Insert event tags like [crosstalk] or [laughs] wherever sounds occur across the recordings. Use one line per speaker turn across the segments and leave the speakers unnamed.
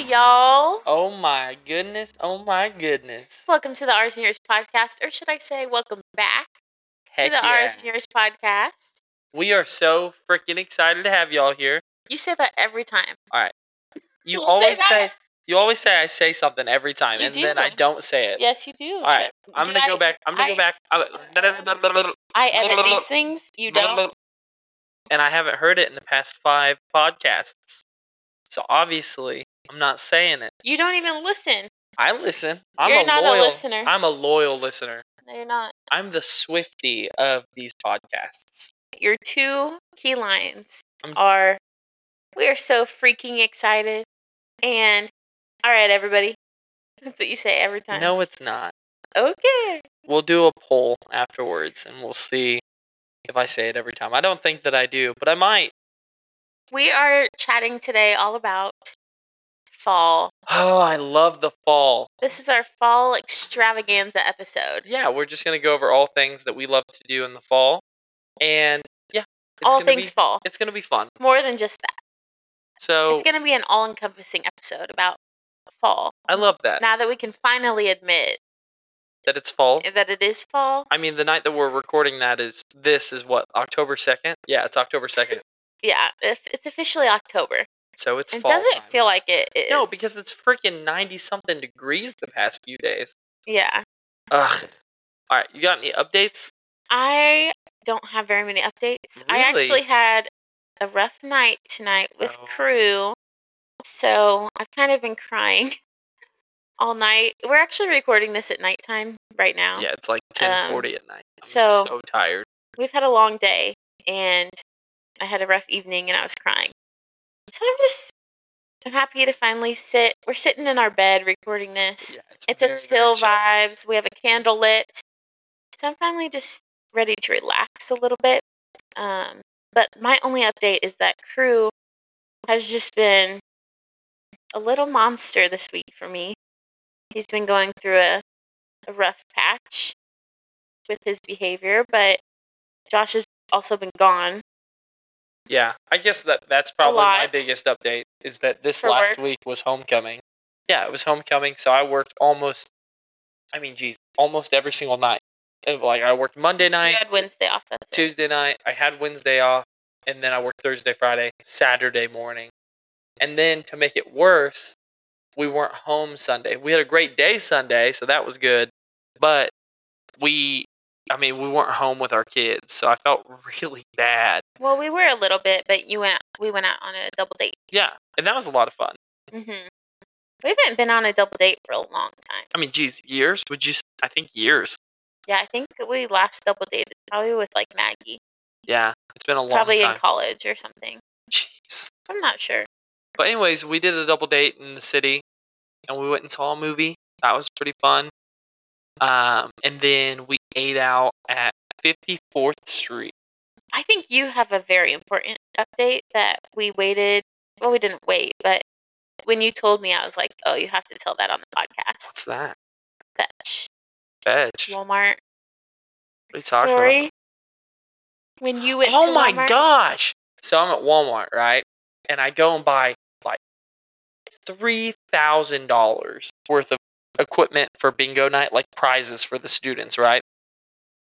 y'all.
Oh my goodness. Oh my goodness.
Welcome to the Rs and Yours podcast, or should I say, welcome back
Heck
to the
yeah.
Rs and Yours podcast.
We are so freaking excited to have y'all here.
You say that every time.
You
You say
always
that.
say, you always say I say something every time
You
and then I
do.
don't say it.
Yes, you do.
All right,
Chip.
I'm
Do
gonna go
I-
back. I'm gonna
I-
go back. uh,
I
I-
edit
[laughs]
these things. You don't.
And I haven't heard it in the past five podcasts. So obviously, I'm not saying it.
You don't even listen.
I listen. I'm
You're
a
not a
loyal
listener.
I'm a loyal listener.
No, you're not.
I'm the Swifty of these podcasts.
Your two key lines
I'm-
are we are so freaking excited and all right, everybody. [laughs] That's what you say every time.
No, it's not.
Okay.
We'll do a poll afterwards and we'll see if I say it every time. I don't think that I do, but I might.
We are chatting today all about fall.
Oh, I love the fall.
This is our fall extravaganza episode.
Yeah, we're just going to go over all things that we love to do in the fall. And yeah, it's
all
gonna
things
Be,
fall.
it's going to be fun.
More than just that.
So
It's going to be an all encompassing episode about fall.
I love that.
Now that we can finally admit
that it's fall.
that it is fall.
I mean, the night that we're recording that is this is what October second. Yeah, it's October second.
Yeah, if- it's officially October.
So it's
It
fall.
doesn't
time.
feel like it is.
no because it's freaking ninety something degrees the past few days.
Yeah.
Ugh. All right, you got any updates?
I don't have very many updates. I
Really?
actually had a rough night tonight with
Oh.
crew. So I've kind of been crying [laughs] all night. We're actually recording this at nighttime right now. Um,
Yeah, it's like ten forty at night. I'm
so-
so tired.
We've had a long day and I had a rough evening and I was crying. So I'm just I'm happy to finally sit. We're sitting in our bed recording this.
Yeah, it's
it's
very,
a
very
chill
chill.
vibes. We have a candle lit. So I'm finally just ready to relax a little bit. Um, but my only update is that crew has just been a little monster this week for me. He's been going through a, a rough patch with his behavior, but Josh has also been gone.
Yeah, I guess that that's probably my
lot.
biggest update is that this
For
last
work.
week was homecoming. Yeah, it was homecoming, so I worked almost. I mean, geez, almost every single night. It- Like I worked Monday
You
night,
had Wednesday off. That's it.
Tuesday night. I had Wednesday off, and then I worked Thursday, Friday, Saturday morning. And then to make it worse, we weren't home Sunday. We had a great day Sunday, so that was good. But we, I mean, we weren't home with our kids, so I felt [laughs] really bad.
Well, we were a little bit, but you went. We went out on a double date.
Yeah, and that was a lot of fun.
Mm-hmm. We haven't been on a double date for a long time.
I mean, geez, years? Would you? s- I think years.
Yeah, I think that we last double dated probably with like Maggie,
Yeah, it's been a long
probably
time.
in college or something.
[laughs] Jeez.
I'm not sure.
But anyways, we did a double date in the city, and we went and saw a movie. That was pretty fun. Um, and then we ate out at 54th Street.
I think you have a very important update that we waited. Well, we didn't wait, but when you told me, I was like, "Oh, you have to tell that on the podcast."
What's that?
Fetch
Fetch. What
Walmart
are you talking about?
story. When you went.
oh
to
my
Walmart-
gosh! So I'm at Walmart, right? And I go and buy like three thousand dollars worth of equipment for bingo night, like prizes for the students, right?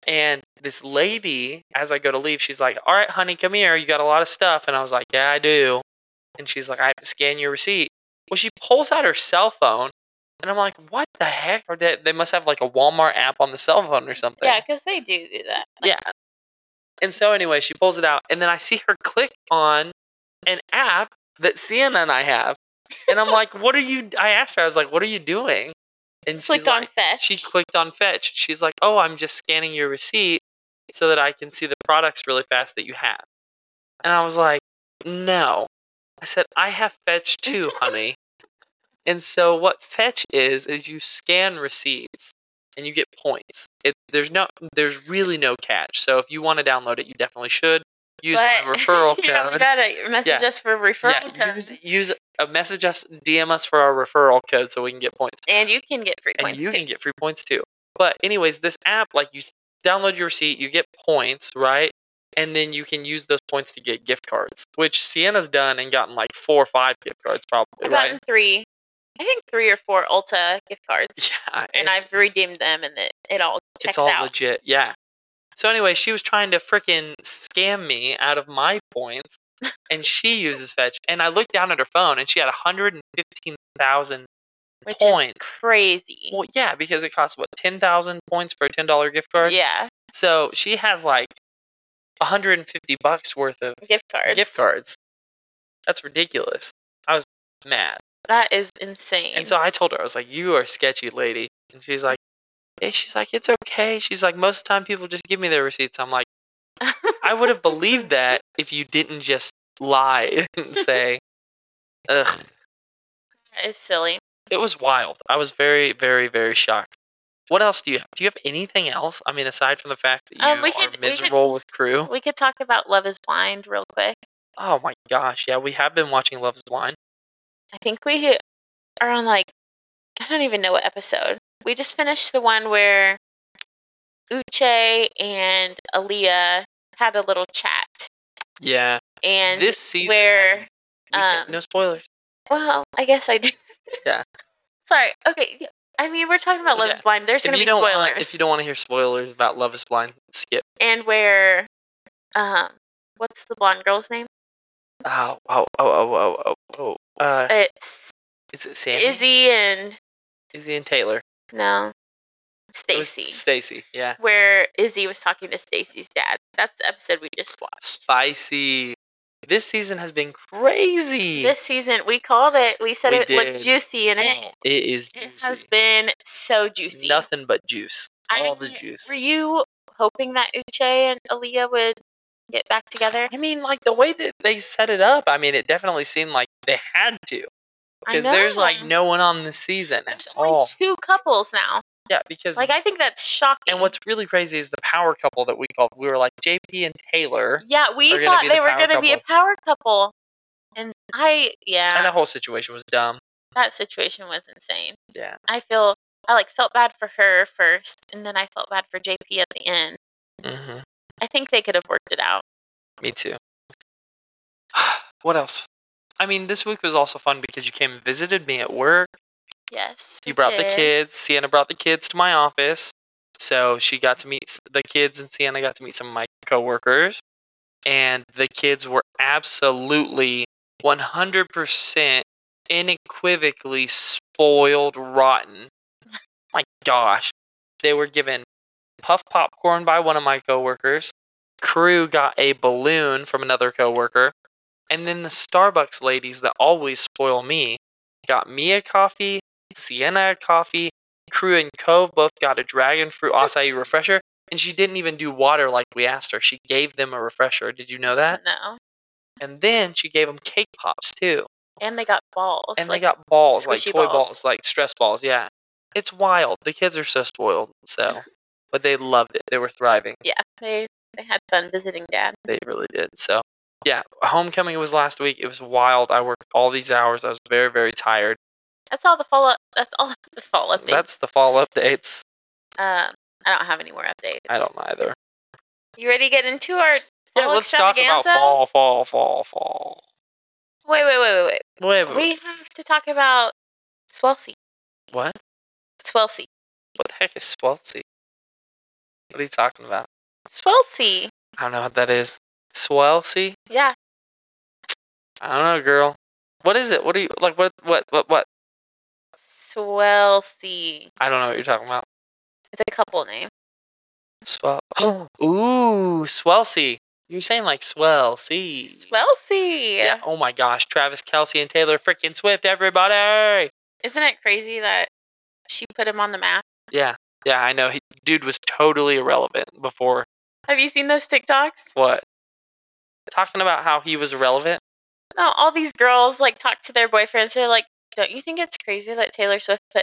And this lady, as I go to leave, she's like, "All right, honey, come here. You got a lot of stuff." And I was like, "Yeah, I do." And she's like, "I have to scan your receipt." Well, she pulls out her cell phone, and I'm like, "What the heck? Are they, they must have like a Walmart app on the cell phone or something."
Yeah, because they do do that. Like,
yeah. And so anyway, she pulls it out, and then I see her click on an app that Sienna and I have, and I'm like, "What are you?" I asked her, I was like, "What are you doing?" And she's
Clicked on
like,
fetch.
she clicked on fetch. She's like, "Oh, I'm just scanning your receipt so that I can see the products really fast that you have." And I was like, "No," I said, "I have fetch too,
[laughs]
honey." and so what fetch is is you scan receipts and you get points. It, there's no, there's really no catch. So if you want to download it, you definitely should use my referral
[laughs] you know, you
code.
gotta message us uh, for referral
yeah,
codes,
use, use uh, message us, DM us for our referral code so we can get points
and you can get free
and
points
you
too.
can get free points too. But anyways, this app, like you s- download your receipt, you get points, right? And then you can use those points to get gift cards, which Sienna's done and gotten like four or five gift cards probably,
I've
right?
gotten three. I think three or four Ulta gift
[laughs]
cards,
[laughs] Yeah,
and I've redeemed them, and it, it all checks
it's all
out.
legit. Yeah. So anyway, she was trying to freaking scam me out of my points, and she uses fetch. And I looked down at her phone, and she had 115,000
which is
points.
crazy.
Well, yeah, because it costs what 10,000 points for a $10 gift card.
Yeah,
So she has like 150 bucks worth of
gift cards.
gift cards. That's ridiculous. I was mad.
That is insane.
And so I told her, I was like, "You are sketchy, lady." And she's like, "Yeah." She's like, "It's okay." She's like, "Most of the time, people just give me their receipts." I'm like, "I would have believed that if you didn't just lie [laughs] and say." Ugh,
that is silly.
it was wild. I was very, very, very shocked. What else do you have? Do you have anything else? I mean, aside from the fact that you
Um, we
are
could- we could-
miserable with crew.
We could talk about Love Is Blind real quick.
Oh my gosh, yeah, we have been watching Love Is Blind.
I think we are on like I don't even know what episode. We just finished the one where Uche and Aaliyah had a little chat,
Yeah,
and
this season.
where,
has- we can't-
um,
no spoilers.
well, I guess I did.
Yeah.
[laughs] Sorry. Okay. y- I mean, we're talking about Love is
Yeah.
Blind. There's
If
going to
you
be
don't
spoilers.
wanna- if you don't want to hear spoilers about Love Is Blind, skip.
And where, um, what's the blonde girl's name?
Oh, oh, oh, oh, oh, oh, oh. Uh,
It's
is it Sammy?
Izzy and
Izzy and Taylor.
no,
It was
Stacy.
Stacy, yeah.
where Izzy was talking to Stacy's dad. That's the episode we just watched.
Spicy. This season has been crazy.
This season, we called it. We said
We
it
did.
looked juicy, and it,
Oh, it is
it
juicy.
has been so juicy.
Nothing but juice.
I-
All the juice.
Were you hoping that Uche and Aaliyah would get back together?
I mean, like the way that they set it up, I mean, it definitely seemed like they had to.
I
Because there's like
know.
no one on this season at
There's only
all.
two couples now.
Yeah, because
Like I think that's shocking.
and what's really crazy is the power couple that we called. We were like JP and Taylor,
yeah,
are
we
gonna
thought
be the
they were
power
going to be a power couple, and I yeah,
and uh the whole situation was dumb.
that situation was insane.
Yeah,
I feel I like felt bad for her first, and then I felt bad for JP at the end.
hmm
I think they could have worked it out.
me too. [sighs] what else? I mean, this week was also fun because you came and visited me at work.
Yes,
You
we
brought the
did.
kids. Sienna brought the kids to my office, so she got to meet s- the kids, and Sienna got to meet some of my coworkers. And the kids were absolutely one hundred percent unequivocally spoiled rotten. my gosh, they were given puff popcorn by one of my coworkers. Crew got a balloon from another coworker, and then the Starbucks ladies that always spoil me got me a coffee, Sienna a coffee. Crew and Cove both got a dragon fruit acai refresher, and she didn't even do water like we asked her. She gave them a refresher. Did you know that?
No,
And then she gave them cake pops too
and they got balls.
and
like,
they got balls like
squishy
toy balls.
balls.
like stress balls yeah it's wild the kids are so spoiled
[laughs]
so but they loved it they were thriving
yeah, they they had fun visiting dad.
they really did so yeah homecoming was last week it was wild i worked all these hours i was very very tired
That's all the follow. That's all [laughs] the fall updates.
that's the fall updates
um, I don't have any more updates.
i don't either
You ready to get into our?
yeah
Fall
let's talk about
extravaganza?
fall fall fall fall
Wait, wait, wait, wait,
wait,
wait.
wait,
We have to talk about Swelsey.
what
Swelsey.
what the heck is sweltsy what are you talking about
Swelsey.
i don't know what that is sweltsy
Yeah.
i don't know girl what is it what are you like what what what what
Swelsey.
i don't know what you're talking about
It's a couple name.
Swell. [gasps] Ooh, Swell C. You're saying like Swell C.
Swelsey.
Yeah. Oh my gosh, Travis Kelsey and Taylor freaking Swift, everybody.
Isn't it crazy that she put him on the map?
Yeah. Yeah, I know. He, dude was totally irrelevant before
Have you seen those TikToks?
what? Talking about how he was irrelevant.
No, all these girls like talk to their boyfriends. They're like, "Don't you think it's crazy that Taylor Swift put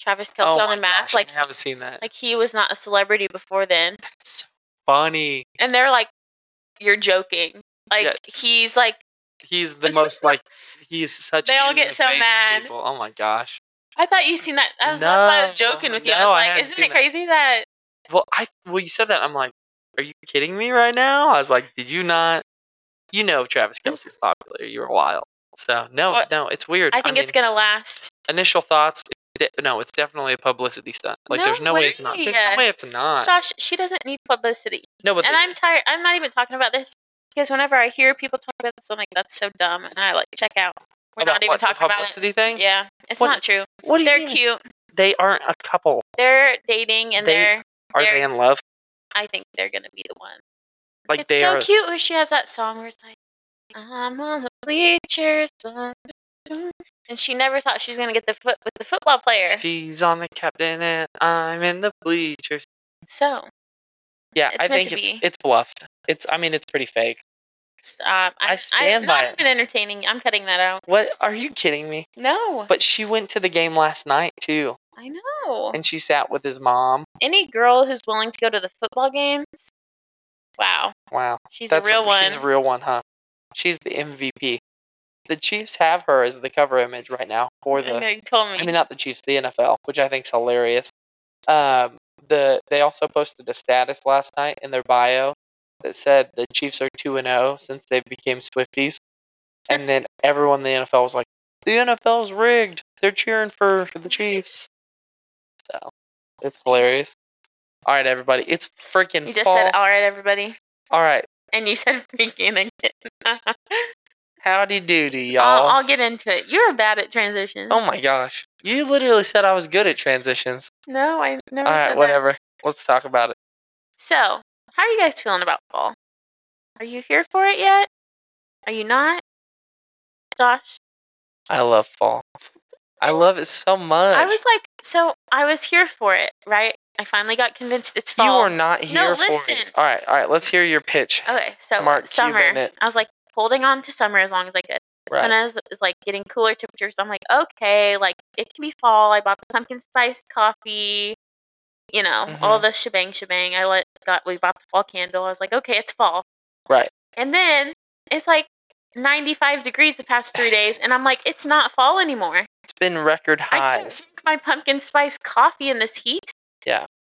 Travis Kelsey
oh
on
my
the map?
gosh,
like,
I haven't seen that.
like he was not a celebrity before then."
That's so funny.
And they're like, "You're joking." Like
Yeah.
he's like,
He's the most like he's such.
They all
in
get
the
so
face of
mad.
people. Oh my gosh.
"I thought you seen that." I was, that's why I was
No,
joking with you. I
no, I
was like,
haven't
"Isn't
seen
it
that.
crazy that?"
Well, I well you said that. I'm like, are you kidding me right now? I was like, did you not? You know, Travis Kelsey's popular. You're wild. So no,
Well,
no, it's weird.
I think it's
mean,
gonna last.
initial thoughts. de- No, it's definitely a publicity stunt. Like,
No
there's no way it's not. There's
way.
no way it's not.
Josh, she doesn't need publicity.
No, but
And
the-
I'm tired. I'm not even talking about this because whenever I hear people talk about this, I'm like, that's so dumb, and I like check out. We're
about
not even
what,
talking
the
about it.
publicity thing.
Yeah, it's
What-
not true.
What do you
They're
mean?
cute.
They aren't a couple.
They're dating, and
They-
they, are
Are
They're-
they in love?
I think they're gonna be the one.
Like
it's
they
so
are.
cute where she has that song where it's like, "I'm on the bleachers," dun, dun," and she never thought she was gonna get the foot with the football player.
She's on the captain and I'm in the bleachers.
So
Yeah,
It's
I
meant
think
to
it's
be.
it's bluffed. It's I mean it's pretty fake.
stop.
I stand
am
by
not
it.
even entertaining. I'm cutting that out.
What are you kidding me?
No,
But she went to the game last night too,
I know.
and she sat with his mom.
Any girl who's willing to go to the football games, wow,
Wow,
she's
that's
a real one.
She's a real one, huh? She's the MVP. The Chiefs have her as the cover image right now for the
I know you told me.
I mean, not the Chiefs, the NFL, which I think's hilarious. Um, the they also posted a status last night in their bio that said the Chiefs are two and zero since they became Swifties, and then everyone in the NFL was like, "The NFL's rigged. They're cheering for the Chiefs." So it's hilarious. All right, everybody, it's freaking
you just
fall.
said, "All right, everybody,"
All right,
and you [laughs] said "freaking" again.
howdy doody, y'all.
I'll, I'll get into it. You're bad at transitions.
oh my gosh, you literally said I was good at transitions.
No, I never
All
said
right,
that.
whatever. Let's talk about it.
So, how are you guys feeling about fall? Are you here for it yet? Are you not? Josh,
I love fall. I love it so much.
I was like, so I was here for it, right? I finally got convinced it's
you
fall.
are not here
No,
for
listen. Oh,
it. All right, all right. Let's hear your pitch.
okay, so
Mark
summer.
Cuban it.
I was like holding on to summer as long as I could.
Right.
And as it's like getting cooler temperatures, I'm like, okay, like it can be fall. I bought the pumpkin spice coffee, you know, all
Mm-hmm.
the shebang shebang. I let got we bought the fall candle. I was like, okay, it's fall.
Right.
And then it's like 95 degrees the past three days, and I'm like, it's not fall anymore. [laughs]
It's been record
I can't
highs.
drink my pumpkin spice coffee in this heat.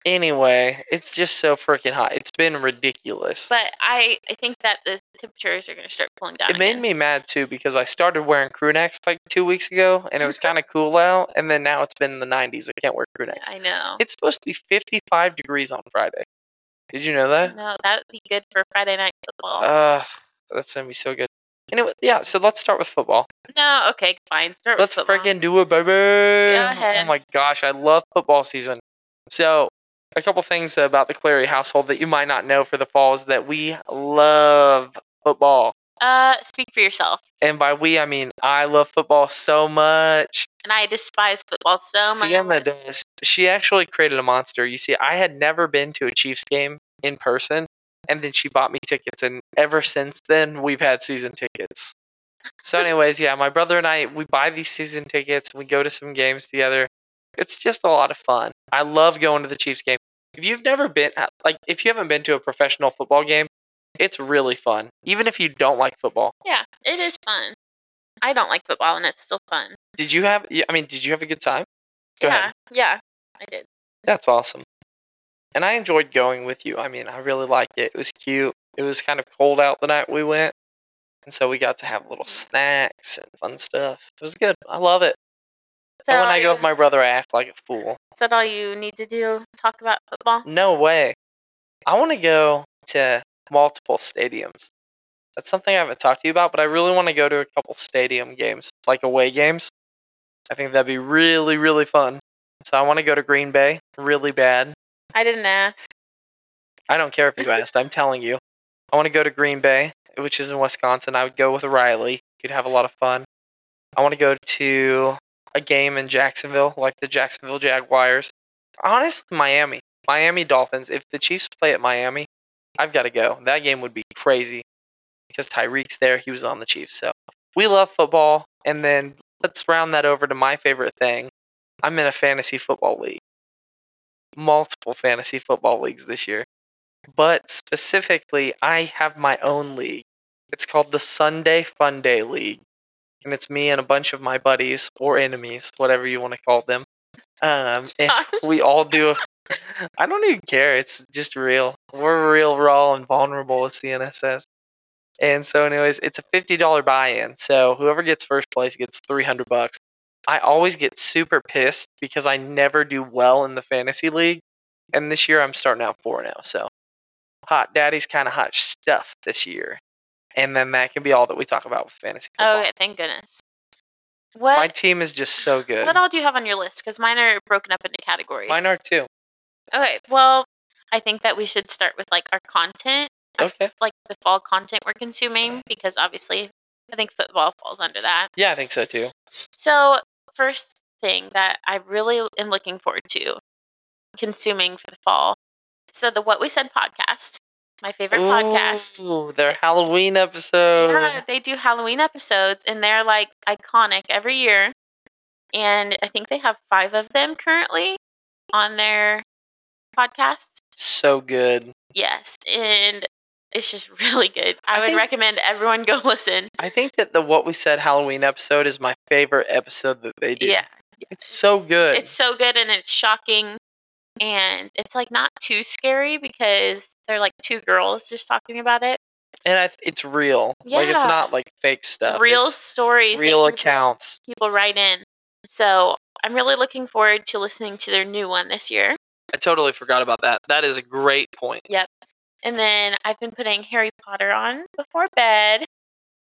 Anyway, it's just so freaking hot. It's been ridiculous.
But I, I think that the temperatures are going to start cooling down.
It made
again.
me mad too because I started wearing crew necks like two weeks ago, and
[laughs]
it was kind of cool out. And then now it's been in the 90s. I can't wear crew necks.
I know.
It's supposed to be 55 degrees on Friday. Did you know that?
no, that would be good for Friday night football.
Uh, that's gonna be so good. Anyway, yeah. So let's start with football.
no, okay, fine. Start
Let's
with football.
freaking do it, baby. Oh
ahead.
my gosh, I love football season. So, a couple things about the Clary household that you might not know for the fall is that we love football.
Uh, speak for yourself.
And by we, I mean I love football so much.
And I despise football so much.
Sienna does. She actually created a monster. You see, I had never been to a Chiefs game in person, and then she bought me tickets, and ever since then, we've had season tickets. So, anyways, yeah, my brother and I we buy these season tickets. We go to some games together. It's just a lot of fun. I love going to the Chiefs game. If you've never been, uh, like, if you haven't been to a professional football game, it's really fun. Even if you don't like football,
Yeah, it is fun. I don't like football, and it's still fun.
did you have? I mean, did you have a good time? Go
yeah,
ahead.
yeah, I did.
That's awesome. And I enjoyed going with you. I mean, I really liked it. It was cute. It was kind of cold out the night we went. And so we got to have little snacks and fun stuff. It was good. I love it.
So
and when I
it
go
was-
with my brother, I act like a fool.
Is that all you need to do? Talk about football?
No way. I want to go to multiple stadiums. That's something I haven't talked to you about, but I really want to go to a couple stadium games, like away games. I think that'd be really, really fun. So I want to go to Green Bay really bad.
I didn't ask.
I don't care if you asked. I'm telling you. I want to go to Green Bay, which is in Wisconsin. I would go with Riley. You'd have a lot of fun. I want to go to a game in Jacksonville, like the Jacksonville Jaguars. Honestly, Miami. Miami Dolphins. If the Chiefs play at Miami, I've got to go. That game would be crazy because Tyreek's there. He was on the Chiefs. So we love football. And then let's round that over to my favorite thing. I'm in a fantasy football league, multiple fantasy football leagues this year but specifically I have my own league. It's called the Sunday Fun Day League. And it's me and a bunch of my buddies or enemies, whatever you want to call them. Um, and
Josh.
we all do. [laughs] I don't even care. It's just real. We're real, raw, and vulnerable with CNSS. And so, anyways, it's a fifty dollar buy in. So whoever gets first place gets three hundred bucks. I always get super pissed because I never do well in the fantasy league, and this year I'm starting out four now. So hot daddy's kind of hot stuff this year, and then that can be all that we talk about with fantasy. Football.
Okay, Oh, thank goodness.
My
What
team is just so good.
what all do you have on your list? Because mine are broken up into categories.
Mine are too.
Okay, well, I think that we should start with like our content, our f-
Okay.
like the fall content we're consuming, because obviously, I think football falls under that.
Yeah, I think so too.
So, first thing that I really am looking forward to consuming for the fall. So, the What We Said podcast, my favorite podcast.
Ooh, their Halloween episode.
Yeah, they do Halloween episodes and they're like iconic every year. And I think they have five of them currently on their podcast.
So good.
Yes. And it's just [laughs] really good. I,
I
would
think-
recommend everyone go [laughs] listen.
I think that the what we said Halloween episode is my favorite episode that they do.
Yeah.
It's so good.
It's so good and it's shocking. And it's like not too scary because they're like two girls just talking about it.
and I, th- it's real. Like it's
Yeah.
not like fake stuff.
real
It's
stories. that
real
people-
accounts.
people write in. So I'm really looking forward to listening to their new one this year.
I totally forgot about that. That is a great point.
And then I've been putting Harry Potter on before bed.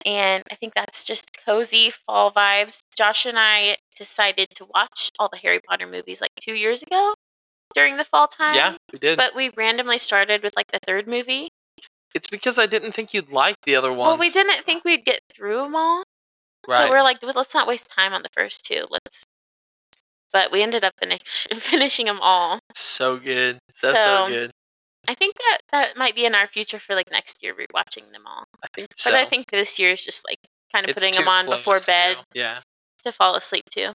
And I think that's just cozy fall vibes. Josh and I decided to watch all the Harry Potter movies like two years ago during the fall time.
yeah, we did.
But we randomly started with like the third movie.
it's because I didn't think you'd like the other ones.
Well, we didn't think we'd get through them all.
Right.
So we're like, "Well, let's not waste time on the first two. Let's. But we ended up finish- [laughs] finishing them all.
so good. So, so
So-
good.
I think that that might be in our future for like next year, rewatching them all.
I think
But
so.
I think this year is just like kind of
It's
putting them
too
on before
close
bed
now. Yeah.
to fall asleep to.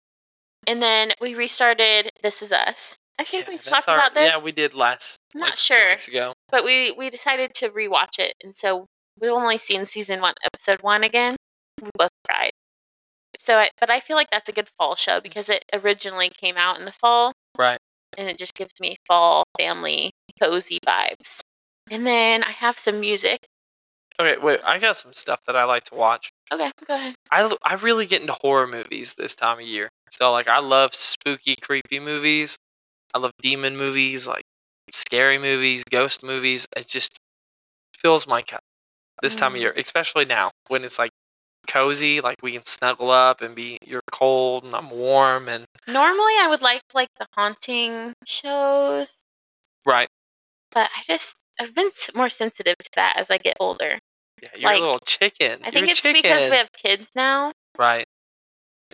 And then we restarted This Is Us. I think
Yeah,
we
that's
talked
our-
about this,
Yeah, we did last.
I'm not
like, two
sure.
weeks ago.
but we we decided to rewatch it, and so we've only seen season one, episode one again. We both cried. So, I, but I feel like that's a good fall show because it originally came out in the fall,
Right.
and it just gives me fall family cozy vibes. And then I have some music.
Okay. Wait. I got some stuff that I like to watch.
Okay, go ahead.
I l- I really get into horror movies this time of year. So like I love spooky, creepy movies. I love demon movies, like scary movies, ghost movies. It just fills my cup this time of
Mm.
year, especially now when it's like cozy, like we can snuggle up and be you're cold and I'm warm and
Normally, I would like like the haunting shows,
right.
but I just I've been s- more sensitive to that as I get older.
Yeah, you're
Like,
a little chicken.
I
You're
think
a
it's because
chicken.
we have kids now,
right.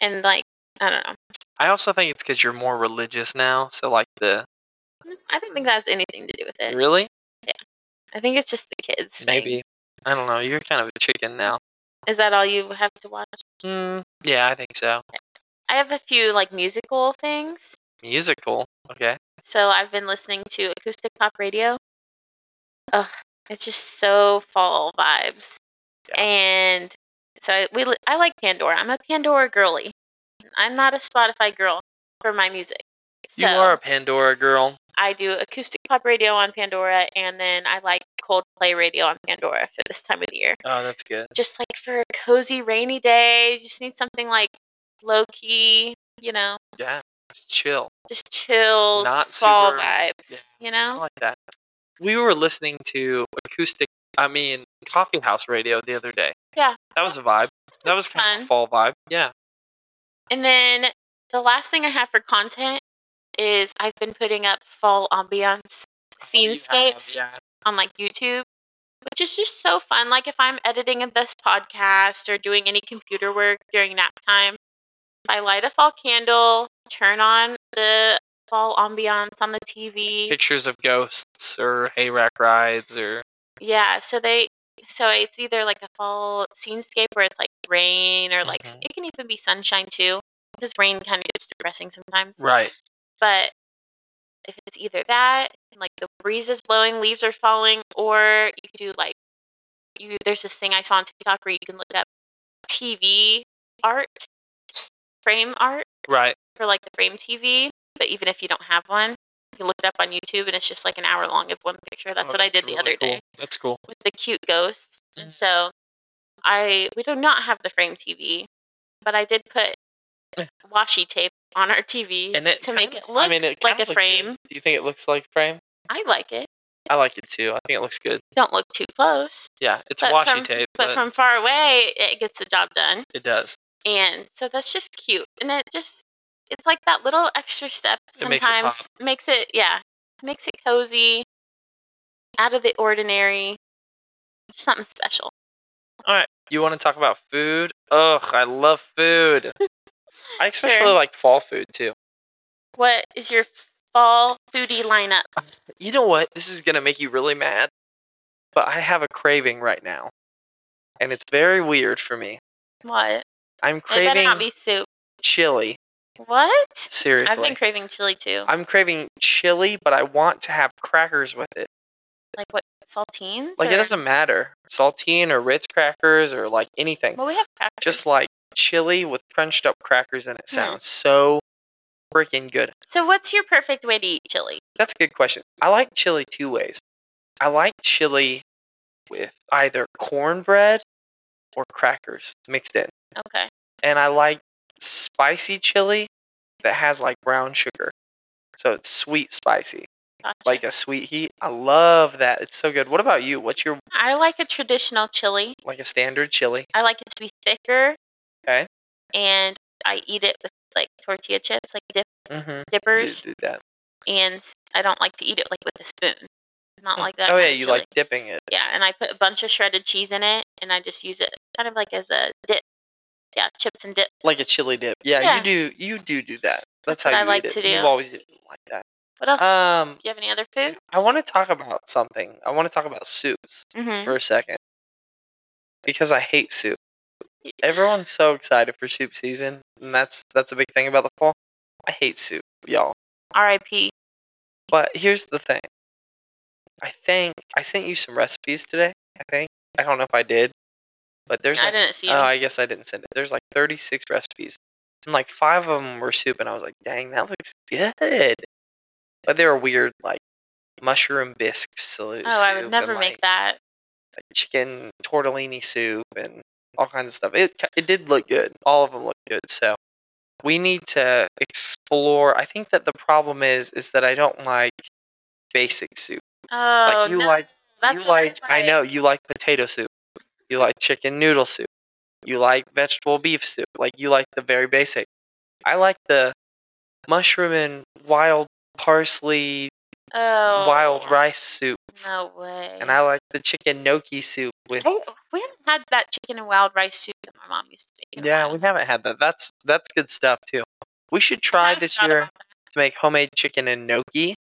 and like I don't know.
I also think it's because you're more religious now. So like the
I don't think that has anything to do with it.
really
I think it's just the kids. thing.
maybe I don't know. You're kind of a chicken now.
Is that all you have to watch?
Mm, yeah, I think so.
I have a few like musical things.
Musical. Okay.
So I've been listening to acoustic pop radio. Ugh, it's just so fall vibes.
Yeah.
And so I, we, li- I like Pandora. I'm a Pandora girly. I'm not a Spotify girl for my music. So
you are a Pandora girl.
I do acoustic pop radio on Pandora, and then I like Coldplay radio on Pandora for this time of the year.
Oh, that's good.
Just like for a cozy rainy day, you just need something like low key, you know,
Yeah. Just chill.
just chill,
Not
fall
super-
vibes, you
I
know.
like that. We were listening to acoustic, I mean, coffee house radio the other day.
Yeah.
That was a vibe. That
That's
was kind of
fun.
a fall vibe. Yeah.
And then the last thing I have for content is I've been putting up fall ambiance scenescapes
Oh, Yeah.
on like YouTube, which is just so fun. Like if I'm editing in this podcast or doing any computer work during nap time, I light a fall candle, turn on the fall ambiance on the TV.
Pictures of ghosts or hayrack rides or.
Yeah, so they so it's either like a fall scenescape where it's like rain or like s
Mhm.
it can even be sunshine too because rain kind of gets depressing sometimes.
Right.
But if it's either that, and, like the breeze is blowing, leaves are falling, or you could do like you. There's this thing I saw on TikTok where you can look up TV art, frame art
Right.
for like the frame TV. But even if you don't have one, you look it up on YouTube, and it's just like an hour long of one picture. That's
Oh,
what I did the
really
other
cool.
day
That's cool.
with the cute ghosts.
Mm.
And so I we do not have the frame TV, but I did put washi tape on our TV
Eh. And it
to make
kinda-
it look
I mean, it
like
kinda
a
looks good.
frame.
Do you think it looks like a frame?
I like it.
I like it too. I think it looks good.
Don't look too close,
Yeah, it's
But
washi
from-
tape, but,
but from far away, it gets the job done.
it does.
And so that's just cute. And it just it's like that little extra step
It makes it
sometimes makes it, yeah, makes it cozy, out of the ordinary, just something special.
You want to talk about food? Ugh, I love
[laughs]
food. I especially
Sure.
like fall food too.
What is your fall foodie lineup?
You know what? This is gonna make you really mad, but I have a craving right now, and it's very weird for me.
What?
I'm
It better
craving
not be soup.
chili.
What?
Seriously,
I've been craving chili too.
I'm craving chili, but I want to have crackers with it.
like what saltines?
Like it
or-
doesn't matter, saltine or Ritz crackers or like anything.
Well, we have crackers.
Just like chili with crunched up crackers, and it
Hmm.
sounds so freaking good.
So, what's your perfect way to eat chili?
That's a good question. I like chili two ways. I like chili with either cornbread or crackers mixed in.
Okay.
And I like spicy chili that has like brown sugar. So it's sweet spicy,
Gotcha.
like a sweet heat. I love that. It's so good. What about you? What's your
I like a traditional chili.
like a standard chili?
I like it to be thicker.
Okay.
And I eat it with like tortilla chips, like dip,
Mm-hmm.
dippers,
do that.
and s- I don't like to eat it like with a spoon. Not like that.
oh yeah,
kind of
you
chili.
like dipping it.
Yeah, and I put a bunch of shredded cheese in it, and I just use it kind of like as a dip. Yeah, chips and dip.
Like a chili dip. Yeah,
Yeah.
you do you do do that.
That's
That's, how
what
you
I
eat
like
it.
to do.
You've always eaten like that.
What else?
Um
you have any other food?
I want to talk about something. I want to talk about soups
Mm-hmm.
for a second because I hate soup. Everyone's so excited for soup season, and that's that's a big thing about the fall. I hate soup, y'all.
R.I.P.
But here's the thing. I think I sent you some recipes today. I think I don't know if I did, but there's
I
like
didn't see
oh,
them.
I guess I didn't send it. There's like 36 recipes, and like five of them were soup, and I was like, dang, that looks good. But they were weird, like mushroom bisque soup.
Oh, I would never
and, like,
make that.
like chicken tortellini soup and all kinds of stuff. It ki- it did look good. All of them looked good. So we need to explore. I think that the problem is is that I don't like basic soup.
Oh,
like you
no.
like
That's
you
what I
like I know you like potato soup. You like chicken noodle soup. You like vegetable beef soup. Like you like the very basic. I like the mushroom and wild parsley
Oh,
wild rice soup
No way.
and I like the chicken gnocchi soup with
I- we haven't had that chicken and wild rice soup that my mom used to make. in a
Yeah,
while.
we haven't had that. That's that's good stuff too. We should try
kinda
this
forgot
year
about
to make homemade chicken and gnocchi.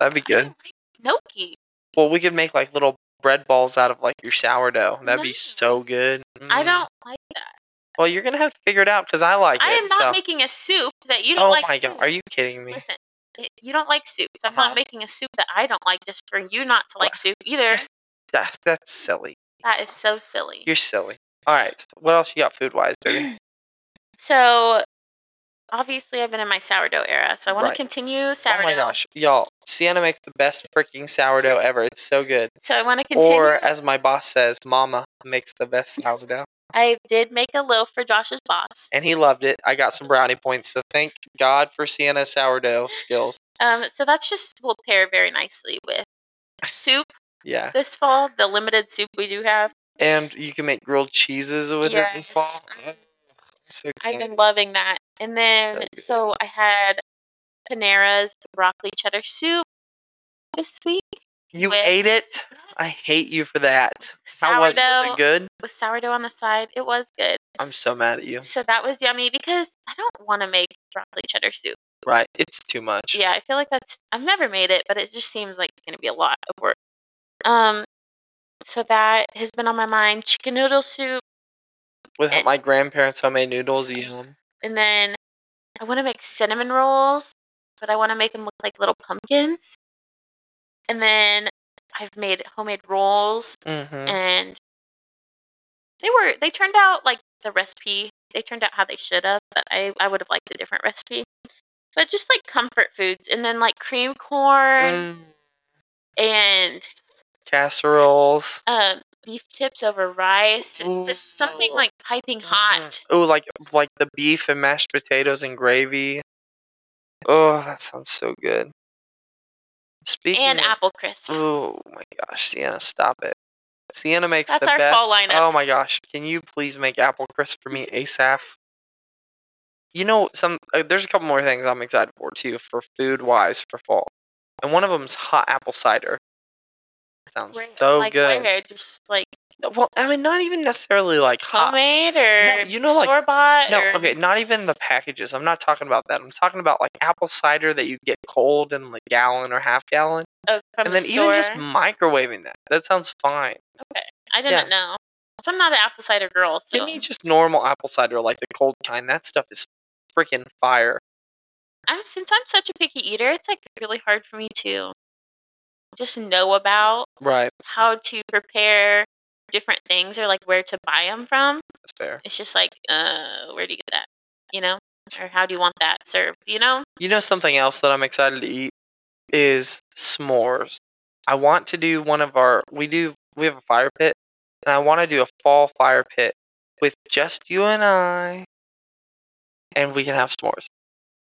That'd be
that. I
good.
don't like gnocchi.
Well, we could make like little bread balls out of like your sourdough. That'd
No.
be so good.
I
Mm.
don't like that.
Well, you're gonna have to figure it out because I like
I
it.
am not
so.
making a soup that you don't
oh
like.
my
soup.
god, are you kidding me?
Listen, i- you don't like soup, so I'm
Uh-huh.
not making a soup that I don't like just for you not to like
Well,
soup
[laughs]
either.
That's that's silly.
That is so silly.
You're silly. All right, what else you got food wise,
[clears throat]
baby?
So obviously, I've been in my sourdourdough era, so I want
Right.
to continue
oh
sourdough.
my gosh, y'all! Sienna makes the best freaking sourdough ever. It's so good.
So I want to continue.
Or as my boss says, Mama makes the best sourdough.
I did make a loaf for Josh's boss.
and he loved it. I got some brownie points, so thank God for Sienna sourdough skills.
Um, so that's just will pair very nicely with soup
[laughs] Yeah,
this fall. The limited soup we do have.
and you can make grilled cheeses with it
Yes.
this fall. Oh, I'm so
I've
excited.
been loving that. And then
good.
so I had Panera's broccoli cheddar soup this week.
you
with-
ate it. I hate you for that. How was, was
Sourdough.
it good?
With sourdough on the side, it was good.
I'm so mad at you.
So that was yummy because I don't want to make broccoli cheddar soup.
Right, it's too much.
Yeah, I feel like that's I've never made it, but it just seems like it's gonna be a lot of work. Um, so that has been on my mind. Chicken noodle soup,
With
it-
my grandparents' homemade noodles, yum.
and then I want to make cinnamon rolls, but I want to make them look like little pumpkins. And then I've made homemade rolls,
Mm-hmm.
and they were they turned out like the recipe. They turned out how they should have, but I I would have liked a different recipe. But just like comfort foods, and then like cream corn
Mm,
and
casseroles.
um beef tips over rice. It's just something
Ooh.
like piping hot.
Oh, like like the beef and mashed potatoes and gravy. Oh, that sounds so good. Mm-hmm. Speaking
And
of,
apple crisp.
oh my gosh, Sienna, stop it. Sienna makes
That's
the
our
best.
fall lineup.
Oh my gosh, can you please make apple crisp for me ASAP? You know, some uh, there's a couple more things I'm excited for too for food wise for fall, and one of them is hot apple cider. Sounds
Where-
so
uh, like
good.
Where? Just like
No, Well, I mean, not even necessarily like hot.
homemade or
you know, like-
store bought.
No,
or,
okay, not even the packages. I'm not talking about that. I'm talking about like apple cider that you get cold in the gallon or half gallon,
oh, from
and
the
then even just
store.
microwaving that. That sounds fine.
I didn't know. So I'm not an apple cider girl. So
Give me just normal apple cider, like the cold kind. That stuff is freaking fire.
I'm since I'm such a picky eater, it's like really hard for me to just know about
Right.
how to prepare different things or like where to buy them from.
That's fair.
It's just like, uh, where do you get that? You know, or how do you want that served? You know,
You know something else that I'm excited to eat is s'mores. I want to do one of our we do we have a fire pit and I want to do a fall fire pit with just you and I and we can have s'mores.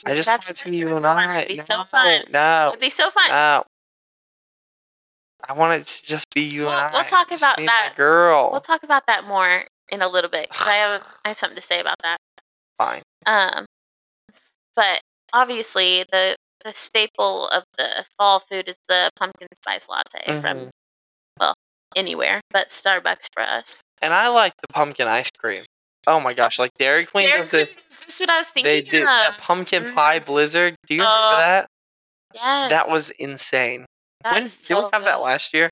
I just
That's
want it to
perfect.
be you and
Fun.
I.
It'd be so
No,
fun.
No.
it'd be so fun.
no. I want it to just be you
We'll-
and I.
we'll talk
just
about
me and my
that.
girl.
we'll talk about that more in a little bit. 'cause I have I have something to say about that.
Fine.
Um, but obviously the the staple of the fall food is the pumpkin spice latte from
Mhm.
well anywhere but Starbucks for us.
And I like the pumpkin ice cream. Oh my gosh! Like Dairy Queen
Dairy
does
Queen
this.
is just what I was thinking
They do that
of.
pumpkin
Mm.
pie blizzard. Do you remember
Oh,
that?
Yes,
That was insane.
that
when
is
did
so
we have that
good.
last year?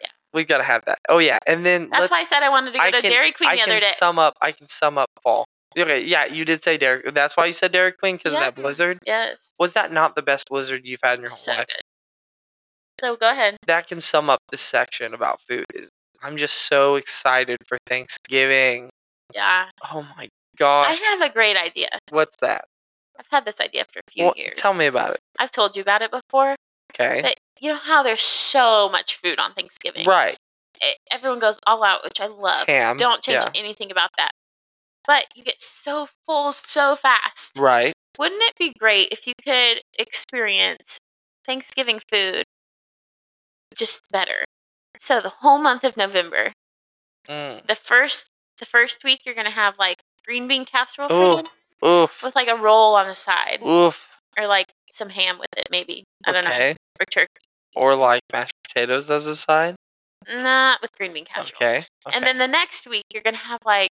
Yeah.
We've got to have that. Oh yeah, and then
That's
let's,
why I said I wanted to go
I
to
can-
Dairy Queen
I
the other
can
day.
sum up. I can sum up fall. Okay, yeah, you did say Derek. That's why you said Dairy Queen because of that
Yeah.
blizzard.
yes,
Was that not the best blizzard you've had in your whole
so
life?
good. So go ahead.
That can sum up this section about food. Is I'm just so excited for Thanksgiving.
Yeah,
Oh my gosh,
I have a great idea.
what's that?
I've had this idea for a few
What-
years.
Tell me about it.
I've told you about it before.
Okay,
But you know how there's so much food on Thanksgiving.
right,
E- everyone goes all out, which I love.
ham.
uh, Don't change
yeah.
anything about that. But you get so full so fast.
Right.
Wouldn't it be great if you could experience Thanksgiving food just better? So the whole month of November,
Mm.
the first the first week you're gonna have like green bean casserole for
Ooh.
dinner
Oof.
with like a roll on the side
Oof.
or like some ham with it maybe. I don't know
okay.
or turkey.
Or like mashed potatoes as a side.
Not with green bean casserole.
Okay. okay.
And then the next week, you're gonna have like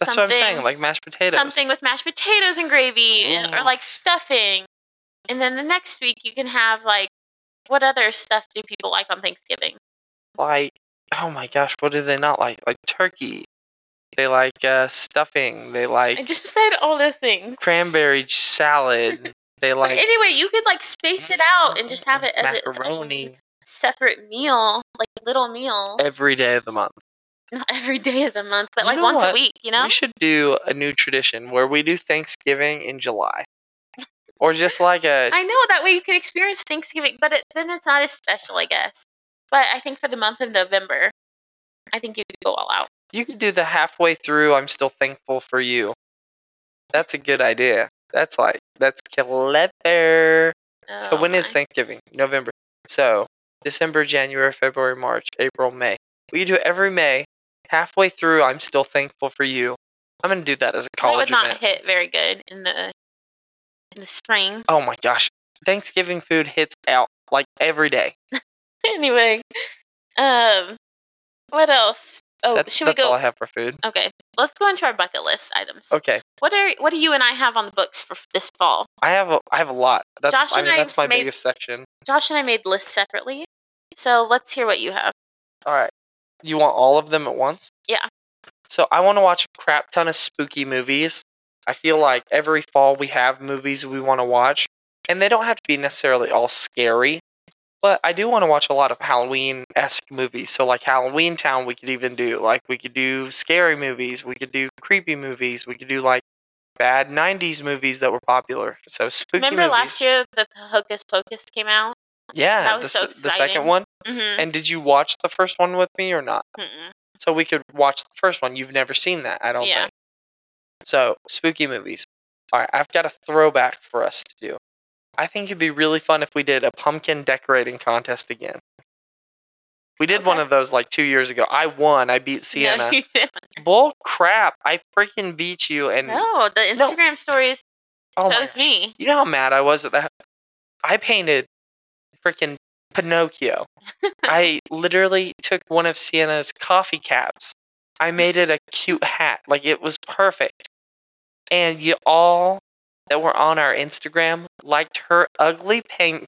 That's what I'm
something,
saying, like mashed potatoes.
something with mashed potatoes and gravy, and- or
Mm.
like stuffing. And then the next week, you can have like what other stuff do people like on Thanksgiving?
like oh my gosh, what do they not like? Like turkey. They like uh, stuffing. They
I
like
just said all those things.
cranberry salad. They
But
like Mm,
anyway, you could like space it out and just have it as its own
macaroni
separate meal, like little meals.
every day of the month.
Not every day of the month, but
You
like
know
once a
what?
week. You know,
We should do a new tradition where we do Thanksgiving in July, or just like a
I know that way you can experience Thanksgiving, but it, then it's not as special, I guess. But I think for the month of November, I think you could go all out.
you could do the halfway through. I'm still thankful for you. That's a good idea. That's like that's clever. So
Oh
when is
my.
Thanksgiving? November. So December, January, February, March, April, May. We do it every May. Halfway through, I'm still thankful for you. I'm gonna do that as a
that would
college
not
event.
hit very good in the in the spring. [laughs]
Oh my gosh, Thanksgiving food hits out like every day.
anyway, um, what else? Oh,
that's
should
that's
we go?
all I have for food.
Okay, let's go into our bucket list items.
Okay,
What are what do you and I have on the books for f- this fall?
I have a, I have a lot. That's
Josh
I
and
mean
I
that's my
made-
biggest section.
Josh and I made lists separately, so let's hear what you have.
All right, you want all of them at once?
Yeah.
So I want to watch a crap ton of spooky movies. I feel like every fall we have movies we want to watch, and they don't have to be necessarily all scary. But I do want to watch a lot of Halloween esque movies. So like Halloween Town, we could even do like we could do scary movies, we could do creepy movies, we could do like bad '90s movies that were popular. So spooky
Remember
movies.
last year that the Hocus Pocus came out?
yeah,
that was
the,
so
s- the
exciting.
second one.
Mm-hmm.
And did you watch the first one with me or not?
Mm-mm.
So we could watch the first one. You've never seen that, I don't
Yeah.
think. So spooky movies. All right, I've got a throwback for us to do. I think it'd be really fun if we did a pumpkin decorating contest again. We did one
Okay.
of those like two years ago. I won. I beat
[laughs]
Sienna.
No, you didn't.
Bull crap! I freaking beat you, and
No, the
No.
Instagram stories
oh my
chose
gosh.
me.
You know how mad I was at that? I painted freaking Pinocchio. I literally took one of Sienna's coffee caps. I made it a cute hat. Like it was perfect. And you all that were on our Instagram liked her ugly pink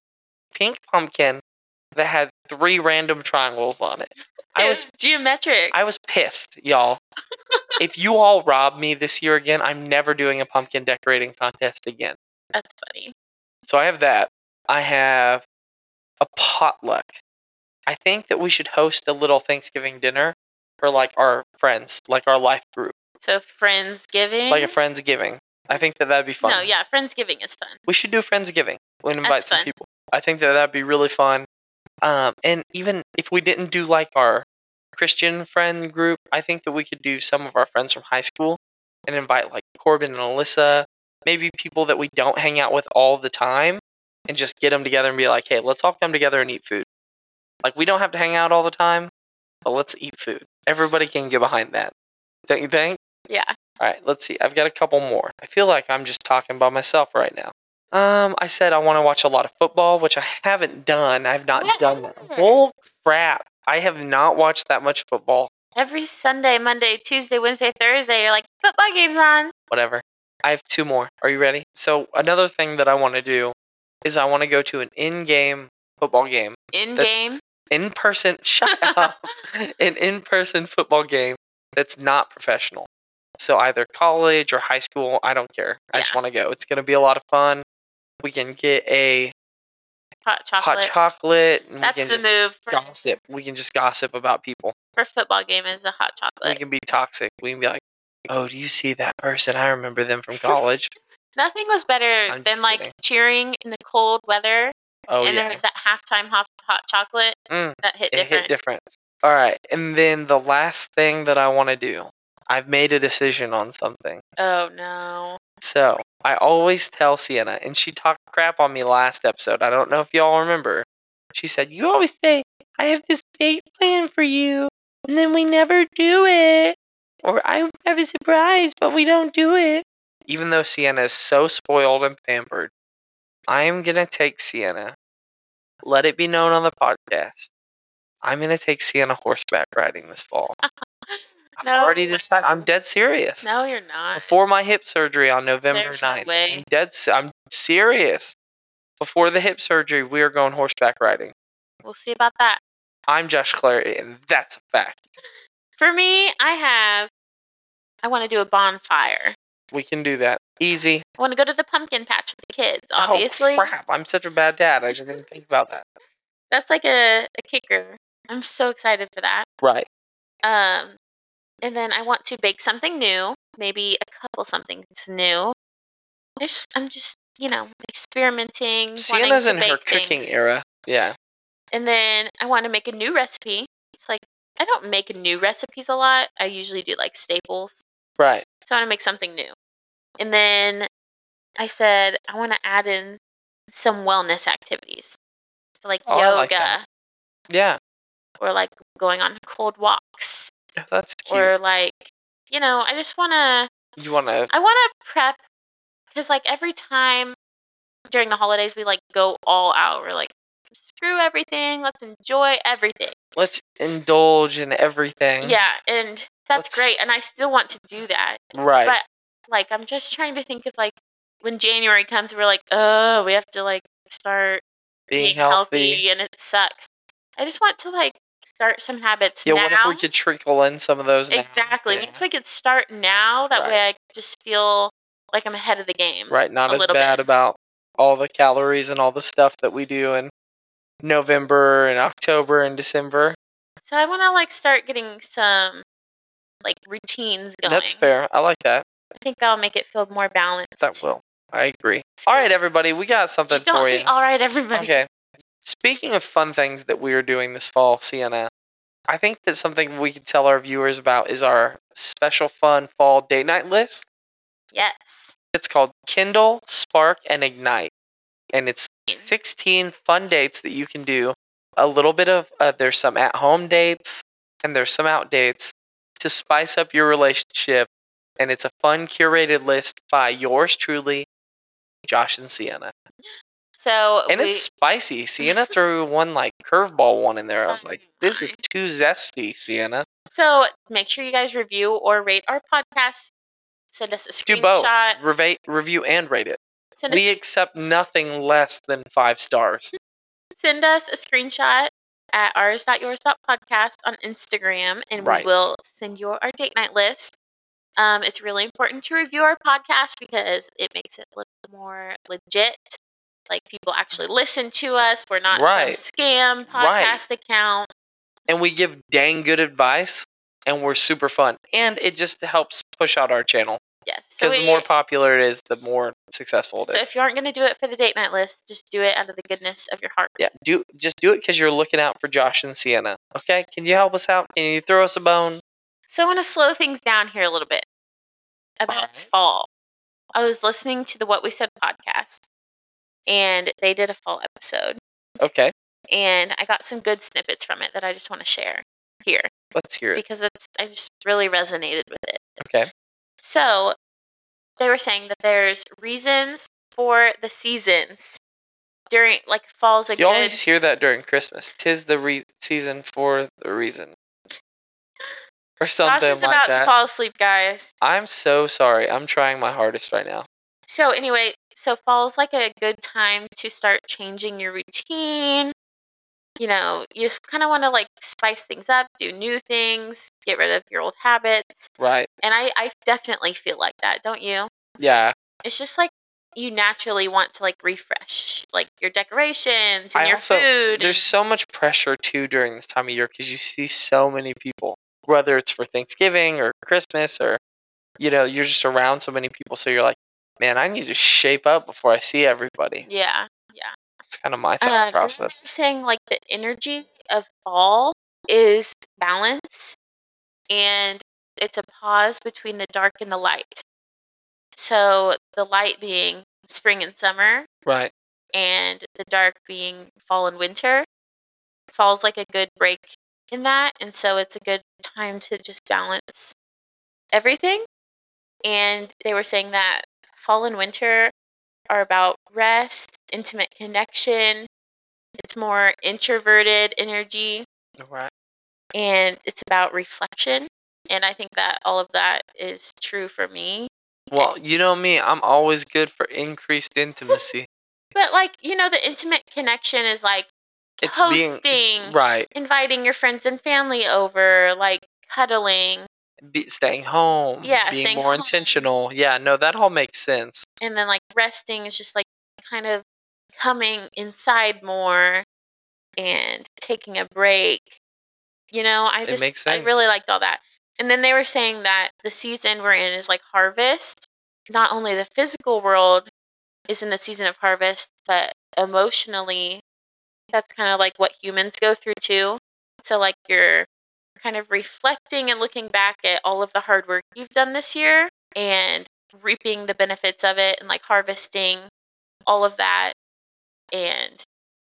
pink pumpkin that had three random triangles on it. I
it
was
was geometric.
I was pissed, y'all. if you all rob me this year again, I'm never doing a pumpkin decorating contest again.
That's funny.
So I have that. I have a potluck. I think that we should host a little Thanksgiving dinner for like our friends, like our life group,
So Friendsgiving.
like a Friendsgiving. I think that that'd be fun.
Mm-hmm. No, yeah, Friendsgiving is fun.
We should do Friendsgiving. We'll invite
That's
some
fun.
people. I think that that'd be really fun. Um, and even if we didn't do like our Christian friend group, I think that we could do some of our friends from high school and invite like Corbin and Alyssa, maybe people that we don't hang out with all the time, and just get them together and be like, hey, let's all come together and eat food. Like, we don't have to hang out all the time, but let's eat food. Everybody can get behind that. Don't you think?
Yeah.
All right, let's see. I've got a couple more. I feel like I'm just talking by myself right now. Um, I said I want to watch a lot of football, which I haven't done. I've not done that.
Whatever.
Bull crap. I have not watched that much football.
Every Sunday, Monday, Tuesday, Wednesday, Thursday, you're like football games on.
Whatever. I have two more. Are you ready? So another thing that I want to do is I want to go to an in-game football game,
In
That's-
game.
in-person. [laughs] Shut up. an in-person football game that's not professional. So either college or high school, I don't care. I just want to go. It's going to be a lot of fun. We can get a
Hot chocolate.
hot chocolate. And
That's
we can
the
just
move for,
gossip. We can just gossip about people.
for football game is a hot
We
chocolate.
can be toxic. We can be like, "Oh, do you see that person? I remember them from college."
Nothing was better
I'm just
than like
kidding.
cheering in the cold weather
Oh
and
yeah,
then that halftime hot, hot chocolate
Mm,
that hit
it
different.
hit different. All right, and then the last thing that I want to do, I've made a decision on something.
Oh no.
So I always tell Sienna, and she talked crap on me last episode. I don't know if y'all remember. She said, You always say, I have this date plan for you, and then we never do it. Or I have a surprise, but we don't do it. Even though Sienna is so spoiled and pampered, I am going to take Sienna. Let it be known on the podcast. I'm going to take Sienna horseback riding this fall. I've
No.
already decided. I'm dead serious
No, you're not.
before my hip surgery on November
There's no
9th.
way.
I'm dead se- I'm serious. Before the hip surgery, we are going horseback riding.
We'll see about that.
I'm Josh Clary, and that's a fact.
For me, I have I want to do a bonfire.
We can do that. Easy.
I want to go to the pumpkin patch with the kids, obviously.
Oh, crap. I'm such a bad dad. I didn't even think about that.
That's like a, a kicker. I'm so excited for that.
Right.
Um and then I want to bake something new, maybe a couple somethings new. I just, I'm just, you know, experimenting. wanting
Sienna's
to
in her
bake
cooking
things.
era. Yeah.
And then I want to make a new recipe. It's like I don't make new recipes a lot. I usually do like staples.
Right.
So I want to make something new. And then I said I want to add in some wellness activities. So like
Oh, I
yoga
like that. Yeah.
or like going on cold walks
Oh, That's cute.
or like you know, I just want to
you want to.
I want to prep because like every time during the holidays we like go all out. We're like screw everything. Let's enjoy everything.
Let's indulge in everything.
Yeah, and that's
Let's-
great. And I still want to do that.
Right.
But like, I'm just trying to think of like when January comes, we're like, oh, we have to like start
Being, healthy.
and it sucks. I just want to like start some habits
Yeah.
now.
What if we could trickle in some of those? now?
exactly. What
Yeah.
if I could start now? That way, I just feel like I'm ahead of the game.
right not
a
as
little
bad about all the calories and all the stuff that we do in november and october and december
So I want to like start getting some like routines going.
that's fair i like that
I think that'll make it feel more balanced.
that will i agree all right everybody we got
You
something
don't
for
say
you
all right, everybody.
okay Speaking of fun things that we are doing this fall, Sienna, I think that something we could tell our viewers about is our special fun fall date night list.
Yes.
It's called Kindle, Spark, and Ignite. And it's 16 fun dates that you can do. A little bit of, uh, there's some at home dates and there's some out dates to spice up your relationship. And it's a fun curated list by yours truly, Josh and Sienna.
So
And
we,
it's spicy. Sienna threw one like curveball one in there. I was like, this is too zesty, Sienna.
so make sure you guys review or rate our podcast. Send us a
Do both.
screenshot.
Reva- review and rate it.
Send us,
We accept nothing less than five stars.
send us a screenshot at ours.yours.podcast on Instagram, and
Right.
we will send you our date night list. Um, it's really important to review our podcast because it makes it look more legit. Like people actually listen to us. We're not
Right.
some scam
Right.
podcast account.
And we give dang good advice, and we're super fun. And it just helps push out our channel
Yes. So
because
we-
the more popular it is, the more successful it
So
is.
if you aren't going to do it for the date night list, just do it out of the goodness of your heart.
yeah, do just do it because you're looking out for Josh and Sienna. Okay, can you help us out? Can you throw us a bone?
So I want to slow things down here a little bit about
Alright.
fall. I was listening to the What We Said podcast, and they did a fall episode,
Okay,
and I got some good snippets from it that I just want to share here
let's hear it.
because it's I just really resonated with it.
Okay,
So they were saying that there's reasons for the seasons during like fall's a good
you always hear that during Christmas. Tis the re- season for the reason, or
Josh
something
is
like
about
that.
to fall asleep, guys.
I'm so sorry. I'm trying my hardest right now.
So anyway, so fall's like a good time to start changing your routine. You know, you just kind of want to like spice things up, do new things, get rid of your old habits.
Right?
And I, I definitely feel like that, don't you?
Yeah.
It's just like you naturally want to like refresh like your decorations and
I
your
also-
food.
There's so much pressure too during this time of year because you see so many people, whether it's for Thanksgiving or Christmas or, you know, you're just around so many people. So you're like, man, I need to shape up before I see everybody.
and, yeah.
It's kind of my
Um,
thought
and then
process.
they're saying like the energy of fall is balance and it's a pause between the dark and the light. So the light being spring and summer
Right.
and the dark being fall and winter. Fall's like a good break in that and so it's a good time to just balance everything. And they were saying that fall and winter are about rest, intimate connection. It's more introverted energy
Right.
and it's about reflection. And I think that all of that is true for me.
Well, you know me, I'm always good for increased intimacy.
But like, you know, the intimate connection is like
It's
hosting,
being right,
inviting your friends and family over, like cuddling,
be, staying home,
Yeah,
being
staying
more
home.
intentional. Yeah, no, that all makes sense.
and then like resting is just like kind of coming inside more and taking a break. You know, I
It
just
makes
I
sense.
really liked all that. And then they were saying that the season we're in is like harvest. Not only the physical world is in the season of harvest, but emotionally that's kind of like what humans go through too. So like you're kind of reflecting and looking back at all of the hard work you've done this year and reaping the benefits of it and like harvesting all of that and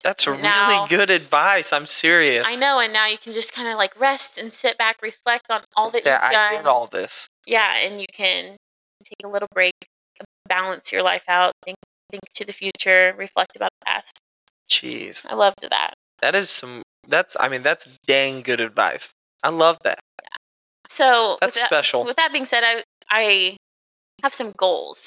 That's really
Now-
good advice. I'm serious.
I know, and now you can just kind of like rest and sit back, reflect on all that
Say,
you've
I
done.
did all this.
Yeah, and you can take a little break, balance your life out, think think to the future, reflect about the past.
Jeez.
I loved that.
That is some that's I mean that's dang good advice. I love that.
So with
That's
that,
special.
with that being said, I I have some goals.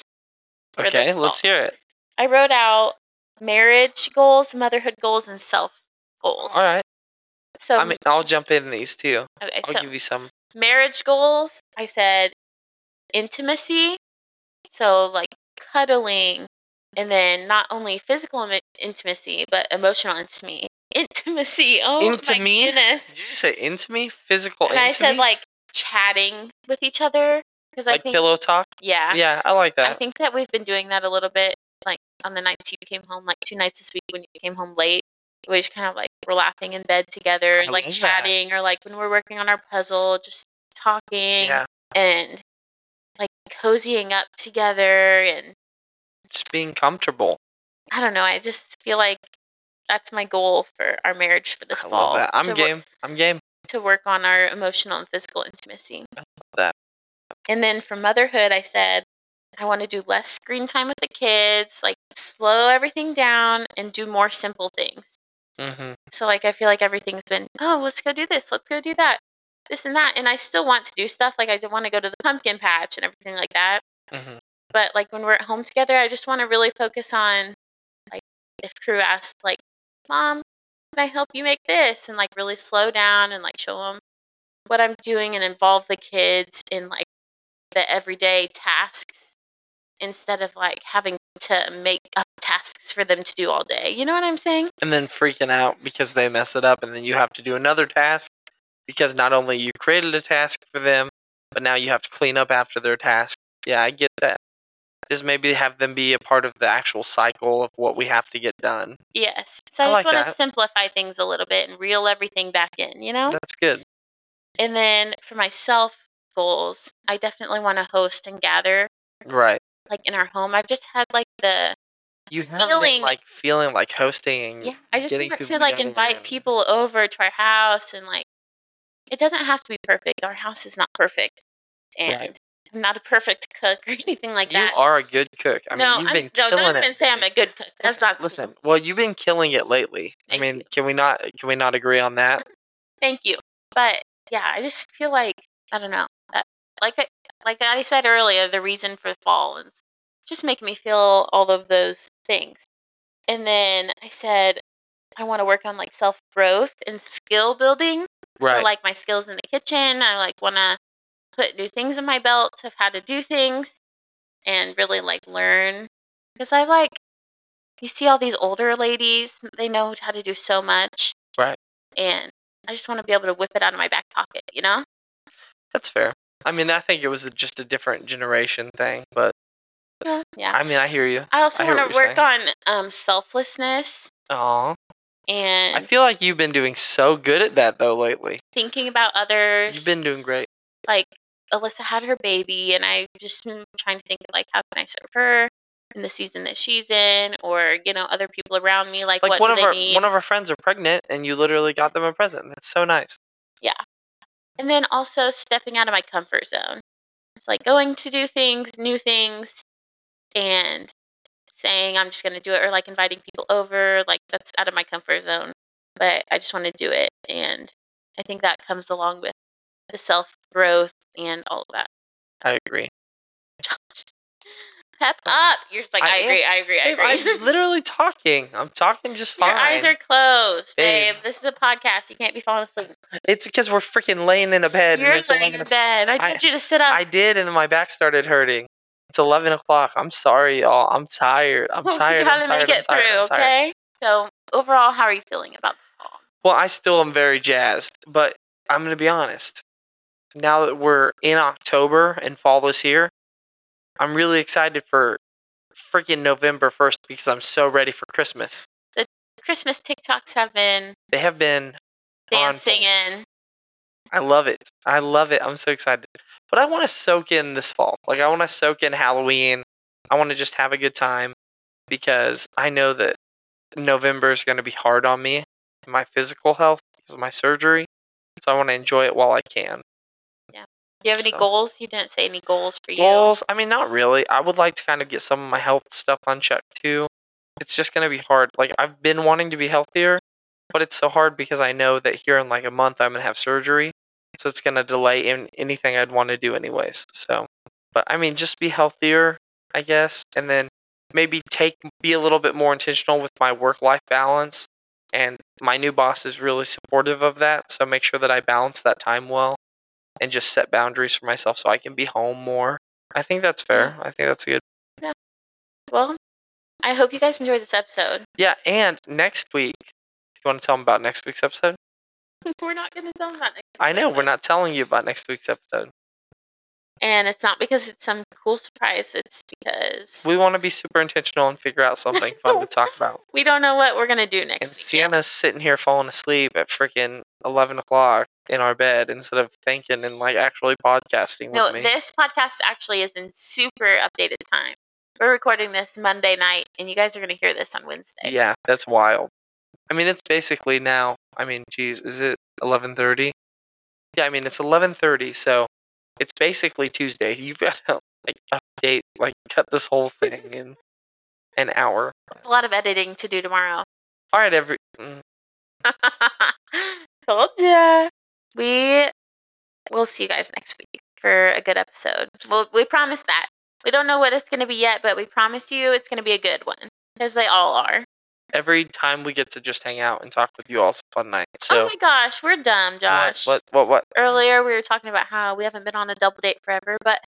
for this
Okay, let's
fall.
hear it.
I wrote out marriage goals, motherhood goals, and self goals.
All right.
So
I mean I'll jump in these too.
okay,
I'll
Um, so
give you some
marriage goals, I said intimacy, so like cuddling, and then not only physical imi- intimacy, but emotional intimacy. [laughs] Intimacy. Oh
Intimate?
my goodness.
Did you say intimate? Physical
And I said
intimate?
like chatting with each other because I
Like
think
pillow talk?
yeah,
Yeah, I like
I
that.
think that we've been doing that a little bit like on the nights you came home, like two nights this week when you came home late. we just kind of like were laughing in bed together and
I
like
love that.
chatting or like when we're working on our puzzle just talking
Yeah.
and like cozying up together and
Just being comfortable.
i don't know i just feel like that's my goal for our marriage for this
I
fall
love that. I'm
to, wor-
game. I'm game.
to work on our emotional and physical intimacy
that.
and then for motherhood i said i want to do less screen time with the kids like slow everything down and do more simple things
Mm-hmm.
So like I feel like everything's been, oh, let's go do this, let's go do that, this and that. And I still want to do stuff. Like I did want to go to the pumpkin patch and everything like that.
Mm-hmm.
But like when we're at home together, I just want to really focus on like if crew asks like, Mom, can I help you make this? And like really slow down and like show them what I'm doing and involve the kids in like the everyday tasks instead of like having to make up tasks for them to do all day. You know what I'm saying?
And then freaking out because they mess it up, and then you have to do another task because not only you created a task for them, but now you have to clean up after their task. Yeah, I get that. Just maybe have them be a part of the actual cycle of what we have to get done.
Yes. So I,
I
just
like
want to
that.
simplify things a little bit and reel everything back in, you know?
That's good.
And then for myself goals, I definitely want to host and gather
Right.
like in our home. I've just had like the
You have
Feeling-
been like feeling like hosting. and
yeah, I just
Mm, getting
want to
people
like
together
invite
and-
people over to our house and like it doesn't have to be perfect. Our house is not perfect. And
Right.
I'm not a perfect cook [laughs] or anything like
You
that.
are a good cook. I
no,
mean, you've
I'm,
been
no,
killing
don't
it.
even say I'm a good cook. That's not
Listen, well, you've been killing it lately. I
Thank
mean,
you.
can we not can we not agree
[laughs]
on that?
thank you. But yeah, I just feel like I don't know. That, like I, like I said earlier, the reason for fall is just making me feel all of those things. And then I said I want to work on like self growth and skill building. So
Right.
like my skills in the kitchen, I like want to put new things in my belt of how to do things and really like learn because I like you see all these older ladies, they know how to do so much.
Right.
And I just want to be able to whip it out of my back pocket, you know?
That's fair. I mean, I think it was just a different generation thing, but
Yeah. Yeah.
I mean, I hear you.
I also
I hear
want
what
to
you're
work on um, selflessness
Aw.
and
I feel like you've been doing so good at that though lately.
thinking about others.
You've been doing great.
like Alyssa had her baby, and I just am trying to think like, how can I serve her in the season that she's in, or you know, other people around me. Like,
Like
what
one
do
of
they
our
need?
one of our friends are pregnant, and you literally got them a present. That's so nice.
and then also stepping out of my comfort zone. It's like going to do things, new things, and saying I'm just going to do it, or like inviting people over. Like that's out of my comfort zone, but I just want to do it, and I think that comes along with the self growth and all of that.
I agree.
Pep up! You're just like
I
I,
am-
agree, I agree, I
Babe,
agree. [laughs]
I'm literally talking. I'm talking just fine.
Your eyes are closed, babe.
Babe.
This is a podcast. You can't be falling asleep.
It's because we're freaking laying in a bed.
You're
and it's
laying
11
in bed. I
I-
told you to sit up.
I did, and then my back started hurting. It's eleven o'clock. I'm sorry, y'all. I'm tired. I'm tired.
[laughs] you
I'm
gotta
tired.
make
I'm
it
tired.
through,
I'm tired.
okay? So overall, how are you feeling about the fall?
Well, I still am very jazzed, but I'm gonna be honest. Now that we're in October and fall is here, I'm really excited for freaking November first because I'm so ready for Christmas.
Christmas TikToks have been
They have been. On
dancing
point.
in.
I love it. I love it. I'm so excited. But I want to soak in this fall. Like I want to soak in Halloween. I want to just have a good time because I know that November is going to be hard on me, and my physical health because of my surgery. So I want to enjoy it while I can.
Do you have any
So-
goals? You didn't say any goals for you.
Goals? I mean, not really. I would like to kind of get some of my health stuff on check too. It's just going to be hard. Like I've been wanting to be healthier, but it's so hard because I know that here in like a month I'm going to have surgery. So it's going to delay in anything I'd want to do anyways. So, but I mean, just be healthier, I guess, and then maybe take be a little bit more intentional with my work life balance. And my new boss is really supportive of that, so make sure that I balance that time well and just set boundaries for myself so I can be home more. I think that's fair. I think that's good.
Well, I hope you guys enjoyed this episode. [laughs]
Yeah, and next week, you want to tell them about next week's episode?
we're not gonna tell them that.
I know we're not telling you about next week's episode.
And it's not because it's some cool surprise, it's because
We want to be super intentional and figure out something fun to talk about.
we don't know what we're going to do
And
next week. yet.
Sienna's sitting here falling asleep at freaking 11 o'clock in our bed instead of thinking and like actually podcasting with
No,
me.
this podcast actually is in super updated time. We're recording this Monday night, and you guys are going to hear this on Wednesday.
Yeah, that's wild. I mean, it's basically now. I mean, geez, is it eleven thirty? Yeah, I mean it's eleven thirty, so it's basically Tuesday. You've got to like update, like cut this whole thing in an hour.
A lot of editing to do tomorrow.
All right, every. mm,
[laughs] Told ya. We will see you guys next week for a good episode. Well, we promise that. We don't know what it's going to be yet, but we promise you it's going to be a good one because they all are. Oh
Every time we get to just hang out and talk with you all, it's a fun night. So,
oh my gosh, we're dumb,
what-
Josh.
What, what, what?
Earlier, we were talking about how we haven't been on a double date forever, but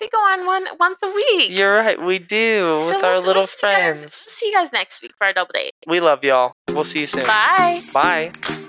we go on one once a week.
You're right. We do
So
with our
we'll-
little
we'll see you guys-
friends.
See you guys next week for our double date.
We love y'all. We'll see you soon.
Bye.
Bye.